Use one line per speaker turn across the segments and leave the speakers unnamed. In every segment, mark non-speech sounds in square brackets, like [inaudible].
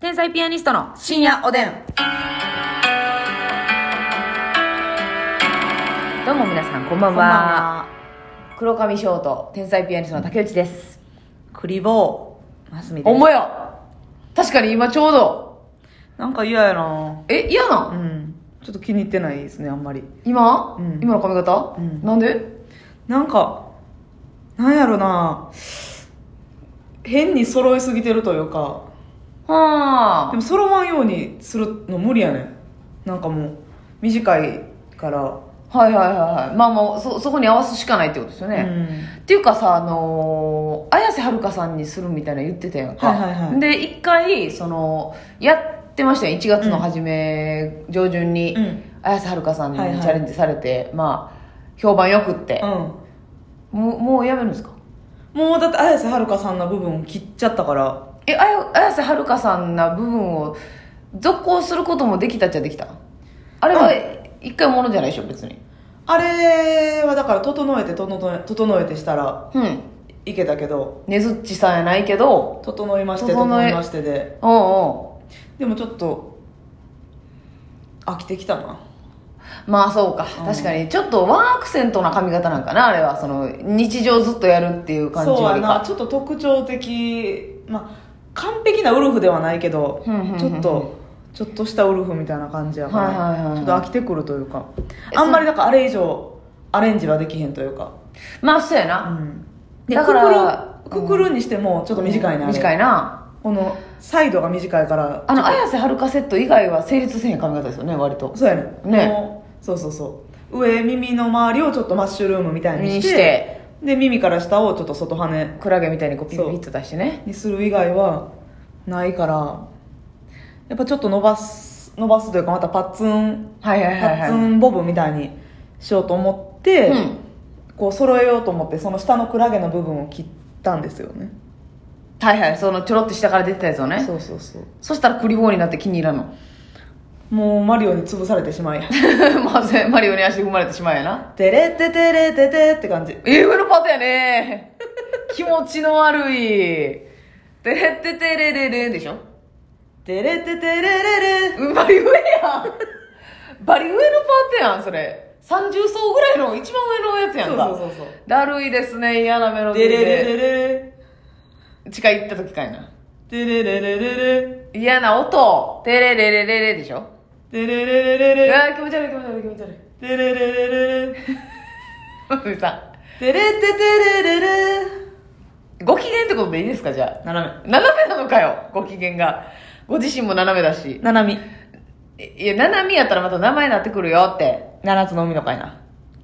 天才ピアニストの深夜おでん。どうも皆さん、こんばんは。
こんばんは
黒髪ショート、天才ピアニストの竹内です。
クリボ
ますみ
ー。
です。
ほんまや
確かに今ちょうど。
なんか嫌やな
え、嫌なん、
うん。ちょっと気に入ってないですね、あんまり。
今、
うん
今の髪型、
うん
なんで
なんか、なんやろな変に揃えすぎてるというか、
は
でも揃わんようにするの無理やねん。なんかもう、短いから。
あ。はいはいはいはい。まあまあ、そ、そこに合わすしかないってことですよね。っていうかさあのー綾瀬はるかさんにするみたいなの言ってたやんか、
はいはいはい
で一回そのやってましたよ1月の初め、上旬に、
うん
綾瀬はるかさんにチ
はいはい
ャレンジされて、まあ評判よくって
う、ん。
もうもうやめるんですか
もうだって綾瀬はるかさんの部分を切っちゃったから、
えあや綾瀬はるかさんな部分を続行することもできたっちゃできたあれは一回ものじゃないでしょ別に
あれはだから整えて整え整えてしたら
うん
いけたけど、
ねずっちさんやないけど
整いまして、
整え
整いましてで。
うんうん
でもちょっと飽きてきたな
まあそうか、
うん
確かにちょっとワンアクセントな髪型なんかなあれはその日常ずっとやるっていう感じ
そう
よ
や
りか
なちょっと特徴的まあ完璧なウルフではないけど
うんうんうんうん
ちょっとちょっとしたウルフみたいな感じやから、
はいはいはいはい
ちょっと飽きてくるというか
え
あんまりなんかあれ以上アレンジはできへんというか、
まあそうやな、
ん、で
だから
くくるくくるにしてもちょっと短いね、あれ
短いな
このサイドが短いから
あの綾瀬はるかセット以外は成立せへん髪型ですよね割と
そうやね
ね
もうそうそうそう上耳の周りをちょっとマッシュルームみたいに
に
して
して
で耳から下をちょっと外羽ね
クラゲみたいにこうピピピッと出してね
にする以外はないからやっぱちょっと伸ばす伸ばすというかまたパッツン
はいは
パ
いはい
ッツ
はい
ンボブみたいにしようと思って、
うん
こう揃えようと思ってその下のクラゲの部分を切ったんですよね
はいはいそのちょろっと下から出てたやつをねそ
そうそうそう
したらクリボーになって気に入らんの [laughs]
もうマリオに潰されてしまい
まあマリオに足踏まれてしまうやな
テレテテレテテって感じ
え上のパターンや
[laughs]
ね気持ちの悪いてれっててれれれんでしょ
テレテテレレレ
うんバリ上やんバリ上のパーテやんそれ30層ぐらいの一番上のやつや
そ
ん
う
か
そうそうそう
だるいですね嫌なメロディ
テ
ー
レレレ
で
レ
地下行った時かいな
テレレレレレ
嫌な音テレレレレレでしょ
テレレレレ
う
レ
わ気持ち悪い気持ち悪い気持ち悪い
テレレレレレ [laughs]
ふみさ
テレテテレレレ
んご機嫌ってことでいいですかじゃ
斜
あ斜めなのかよご機嫌がご自身も斜めだし
めななみ
いいや斜めやったらまた名前になってくるよって
7つの海の会な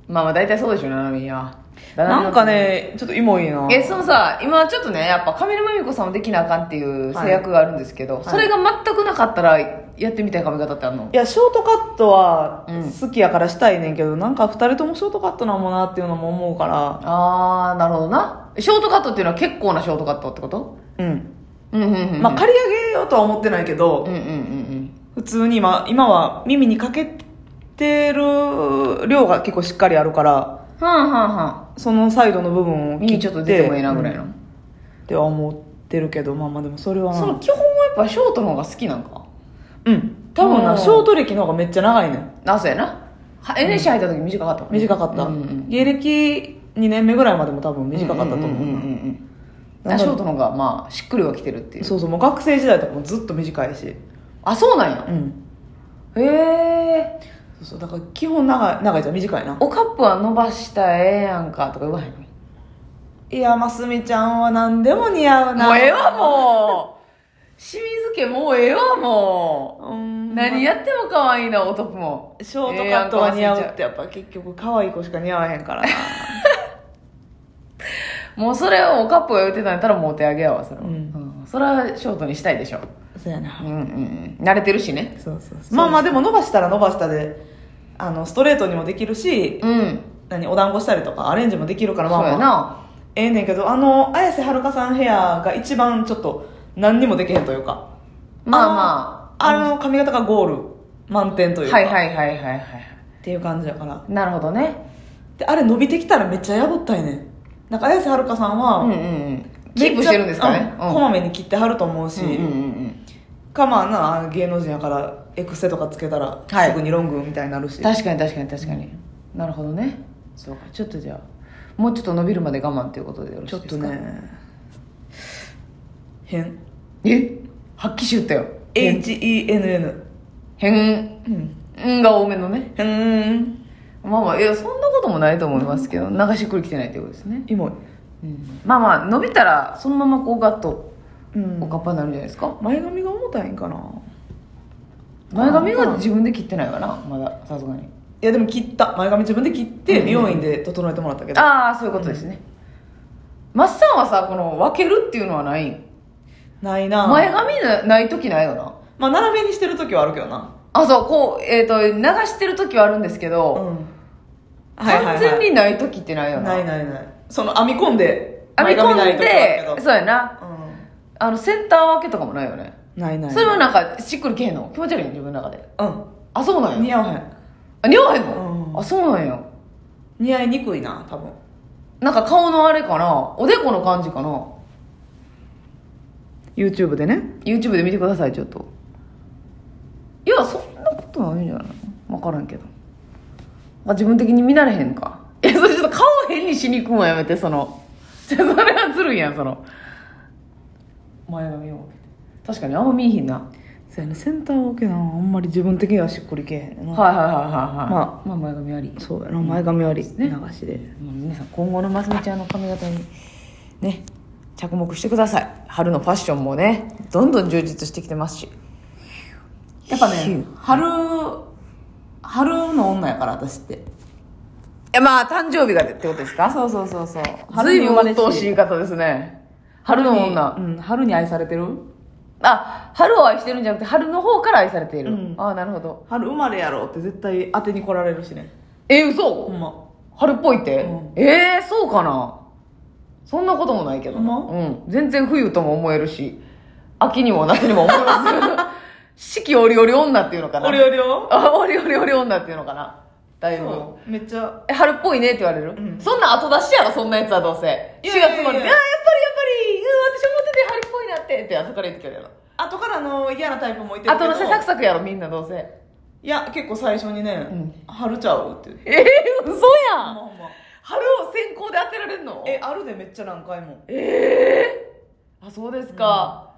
まあまあ大体そうでしょ七海は
なんかねちょっとイモいな
えそのさ今ちょっとねやっぱ上沼恵美子さんをできなあかんっていう制約があるんですけど、
い
それが全くなかったらやってみたい髪型ってあるの、
いやショートカットは
うん
好きやからしたいねんけど、なんか2人ともショートカットなんもなっていうのも思うか
あーなるほどなショートカットっていうのは結構なショートカットってこと
らうん、
うんうんうんうん
まあ刈り上げようとは思ってないけど、
うんうんうんうん
普通に今今は耳にかけてる量が結構しっかりあるから
はあはあはあ
そのサイドの部分を切って
耳ちょっと出てもええなぐらいの、
うんっては思ってるけどまあまあでもそれはな
その基本はやっぱショートの方が好きなんか
うん多分
うん
なショート歴の方がめっちゃ長いねん
あそうやなは NSC 入った時短かったもんね
短かった、
うんうん
芸歴2年目ぐらいまでも多分短かったと思う,、
んんんんうん
なんか
ショートの方がまあしっくりはきてるっていう
そうそうもう学生時代とかもずっと短いし
あそうなんや
う、ん
へえ
そうそうだから基本長い長いじゃん短いな
おカップは伸ばしたらええやんかとか言わへんの
いやますみちゃんは何でも似合うな
もうええわもう清水家もうええわもう、
うん
何やっても可愛いな男も
ショートカットが似合うってやっぱ結局可愛い子しか似合わへ
[laughs]
んからな
もうそれをおカップが言ってたんやったらもうお手上げやわそれは、
うん
うんそれはショートにしたいでしょ
そうや
うん
な
うんうん慣れてるしね
そうそうそうまあまあでも伸ばしたら伸ばしたであのストレートにもできるし、
うん
何お団子したりとかアレンジもできるからまあ
そう
ま
や
あ
な
ええねんけどあの綾瀬はるかさんヘアが一番ちょっと何にもできへんというか
まあまあ
あのあの髪型がゴール満点というか、
はいはいはいはいはい
っていう感じだから
なるほどね
であれ伸びてきたらめっちゃ破ったいねんなんか綾瀬はるかさんは、
うんうんうんキープしてるんですか
めっ
ね
ち
う
ゃ
ん
こまめに切ってはると思うし、
うんうんうんうん
かまあなあの芸能人やからエクセとかつけたら
はい
すぐにロングみたいになるし、
確かに確かに確かに、なるほどねそうかちょっとじゃあもうちょっと伸びるまで我慢ということでよろし
ちょ
い
っ
です
と
か
ね変
え発揮し言ったよ
HENN
変
うん
変が多めのね
うん
まあまあいやそんなこともないと思いますけど流しっくりきてないということですね、
今
うん、まあまあ伸びたらそのままこうガッと
うん
おかっぱになるんじゃないですか、
前髪が重たいんかな
前髪は自分で切ってないかなまださすがに
いやでも切った前髪自分で切って、
うん
美容院で整えてもらったけど
ああそういうことですね、マッサンはさこの分けるっていうのはないん
ないな
前髪なない時ないよな
まあ斜めにしてる時はあるけどな
あそうこうえっ、と流してる時はあるんですけど、
ん
完全にない時ってないよな。
ないないないその編み込んで
編み込ん
前髪ない時はあ
で
る、けど
そうやな。あの、センター分けとかもないよね。
うんないないない
それもなんか、しっくりけへんの気持ち悪いの自分の中で。あ、そうな
うん
んや。
似合わへん
あ、似合わへん
う
の
ん
あ、そうなんや。
似合いにくいな多分
なんか顔のあれかなおでこの感じかな
YouTube でね
?YouTube で見てください、ちょっと。いや、そんなことないんじゃないのわからんけど。あ自分的に見慣れへんか。いや、それちょっと顔変にしに行くんはやめて、その。 [laughs] じゃそれはずるいやん、その。前髪を。確かにあんま見えへんな。
そうやねセンターはけなあんまり自分的にはしっくりけえへんねんな、
はいはいはいはいはい。ま
ま
あ前髪あり。
そうやな前髪より
ね
流しで、
もう皆さん今後のますみちゃんの髪型にね、着目してください。春のファッションもね、どんどん充実してきてますし。
やっぱ
ヒュ
ね
ー
春春の女やから私って
え、まあ誕生日がでってことですか
そうそうそうそう
ずいぶん
れ
鬱陶しい言い方ですね。春の女。
うん春に愛されてる
あ、春を愛してるんじゃなくて、春の方から愛されている。
うん
ああ、なるほど。
春生まれやろって絶対当てに来られるしね
え、嘘、
ほんま
春っぽいって、
うん
ええそうかなそんなこともないけどな、
ほん
うん、全然冬とも思えるし秋にも夏にも思えます [laughs] 四季折々女っていうのかな
お料理を
あ折々女っていうのかなだいぶ
そうめっちゃ
え春っぽいねって言われる、
うん
そんなん後出しやろそんなやつはどうせ4
い
月
やいやいや
までああやっぱりやっぱり、うん、私思ってて春っぽいなってって後から言ってくれるや
後からの嫌なタイプもいて
ろ
るけ
後
ど
のせサクサクやろみんなどうせ
いや結構最初にね、
ん
春ちゃうって言って
ええ嘘
ほ
や
んま
ん
ほんま
春を先行で当てられるの
えあるでめっちゃ何回も
ええあそうですか、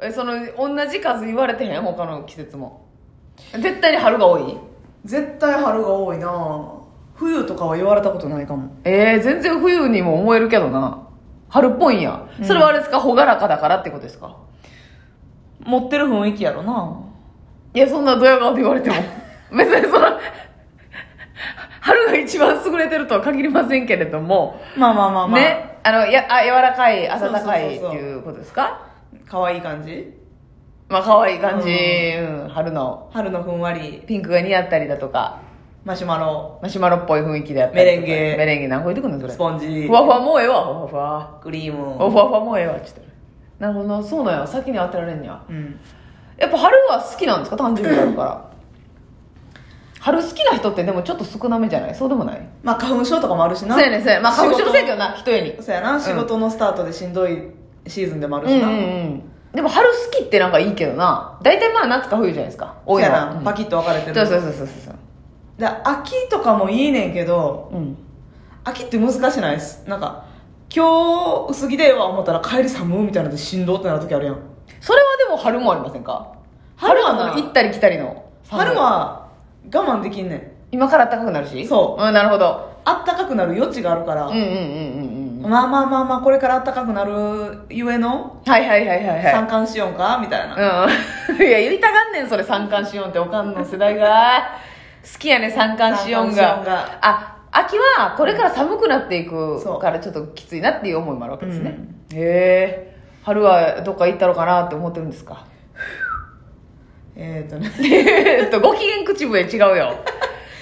えその同じ数言われてへん他の季節も絶対に春が多い
絶対春が多いなぁ冬とかは言われたことないかも
ええ全然冬にも思えるけどな春っぽいんやそれはあれですか朗らかだからってことですか
持ってる雰囲気やろない
やそんなドヤ顔で言われ
[laughs]
ても別にその春が一番優れてるとは限りませんけれども、
まあまあまあまあ、
ねあのやあ柔らかい温かいって
そうそうそうそう
いうことですか
可愛い感じ
まあ可愛い感じ、
う
うん、春の
春のふんわり
ピンクが似合ったりだとか
マシュマロ
マシュマロっぽい雰囲気であったりとか
メレンゲ
メレンゲ何個置いてくんのそれ
ス
ふ
ポンジ
わふわもうええわふわふわ
クリー
お
ム
ふわふわもうええわちょっとなるほどなそうなんや先に当てられんねや
うん
やっぱ春は好きなんですか誕生日があるから春好きな人ってでもちょっと少なめじゃないそうでもない
まあ花粉症とかもあるしな
そうやねんそうやねんまあ花粉症のせいやけど
ど
な一重に
そうやな仕事のスタートでしんどいシーズンでもある
うん
し
う
な、
んうんでも春好きってなんかいいけどな大体まあ夏か冬じゃないですか
そ
多
う
い
や
の
な、
はうん
パキッと分かれてる
そうそうそうそうそう
で秋とかもいいねんけど
うん
秋って難しないですなんか今日薄着でええわ思ったら帰り寒いみたいなのでしんどってなる時あるやん
それはでも春もありませんか春
春は
は
な
その行ったり来たりの寒い
春は我慢できんねん
今から暖かくなるし
そう、
ん、なるほど
あったかくなる余地があるから、
うんうんうんうんうん
まあまあまあまあこれからあったかくなるゆえの
はいはいはいはいはい
参観しようかみたい
う
な、
ん [laughs] いや言いたがんねんそれ三冠しよんっておかんの世代が好きやね三冠しよん
三
が
寒四温が
あ秋はこれから寒くなってい
そ
く
う
からちょっときついなっていう思いもあるわけですね、へえ春はどっか行ったのかなって思ってるんですか [laughs]
えっ、ー、とね
えっとご機嫌口笛違うよ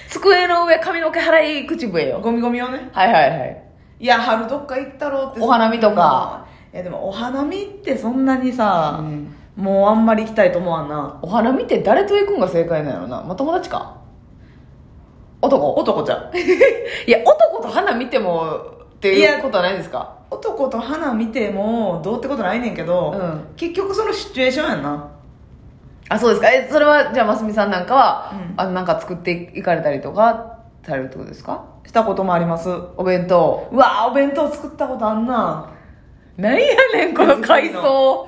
机の上髪の毛払い口笛よ
ゴミゴミをね
はいはいはい
いや春どっか行ったろうって
お花見とか
いやでもお花見ってそんなに
う
さ、
ん
もうあんまり行きたいと思わんな
お花見て誰と行くんが正解なんやろな、まあ、友達か男
男ちゃ
[laughs]
ん
いや男と花見てもって
い
いう
や
ことはないですか
男と花見てもどうってことないねんけど、
うん
結局そのシチュエーションやんな
あそうですかえそれはじゃあますみさんなんかは、
うん
あのなんか作っていかれたりとかされるってことですか
したこともありますう
お弁当
わーお弁当作ったことあんな
何やねんこの海藻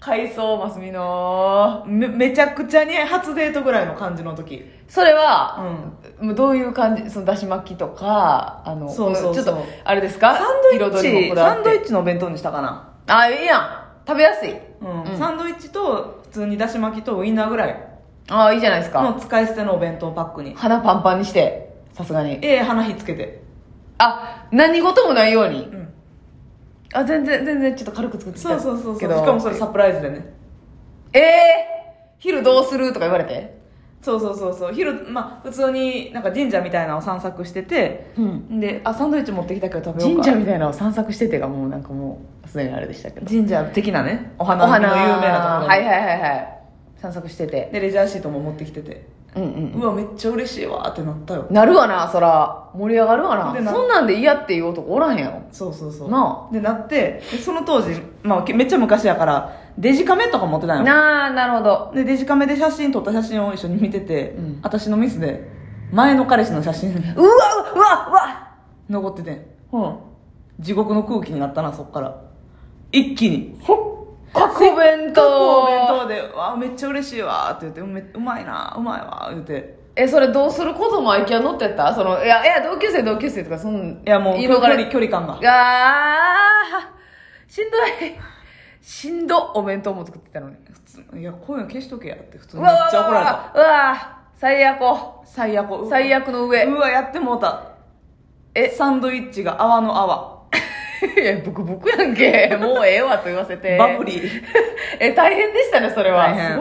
海藻ますみの
めめちゃくちゃに初デートぐらいの感じの時
それ
う
は、
ん
もうどういう感じそのだし巻きとかあの
そうそうそ
この
う
ちょっとあれですか
サンドイッチサンドイッチのお弁当にしたかな、
チあいいやん食べやすい、
うん
うん
サンドイッチと普通にだし巻きとウインナーぐらい
ああいいじゃないですか、
の使い捨てのお弁当パックに
鼻パンパンにしてさすがに
ええ花火つけて、
あ何事もないように
うん、
あ全然全然ちょっと軽く作ってき
そ
た
うそうそうそうし
けど
かもそれサプライズでね
ええ昼どうするとか言われて
そうそうそうそう昼まあ普通になんか神社みたいなのを散策してて
うん
であサンドイッチ持ってきたけど食べよう
神
か
社みたいなのを散策しててがもうなんかもうすでにあれでしたけど
神社的なねお花の有名なところで,、
はいはいはいはい散策してて
でレジャーシートも持ってきてて、
うんう
うんわめっちゃ嬉しいわーってなったよ
なるわなそら盛り上がるわ
で
な
な
そんなんで嫌っていう男おらへんやろ
そうそうそう
な
でなってでその当時、まあ、けめっちゃ昔やからデジカメとか持ってたんよ
なあなるほど
でデジカメで写真撮った写真を一緒に見てて、
うん
私のミスで前の彼氏の写真
うわうわうわ
残っててん
う
地獄の空気になったなそっから一気に
んほっ各弁
お
当
弁当で「わあめっちゃ嬉しいわ」って言ってうめ「うまいなうまいわ」言って
えそれどうすることもアイキア乗ってったそのいやいや同級生同級生とかそん
いやもう
言
距
い逃れ
離距離感が
あーしんどいしんどお弁当も作ってたのに
普通いやこういうの消しとけやって普通
う
にめっ
わ
ちゃ怒られた
うわ最悪
最悪うわ
最悪の上
うわやってもうた
え
サンドイッチが泡の泡
いや [laughs] ブクブクやんけもうええわと言わせて
バブリー
え大変でしたねそれは
大変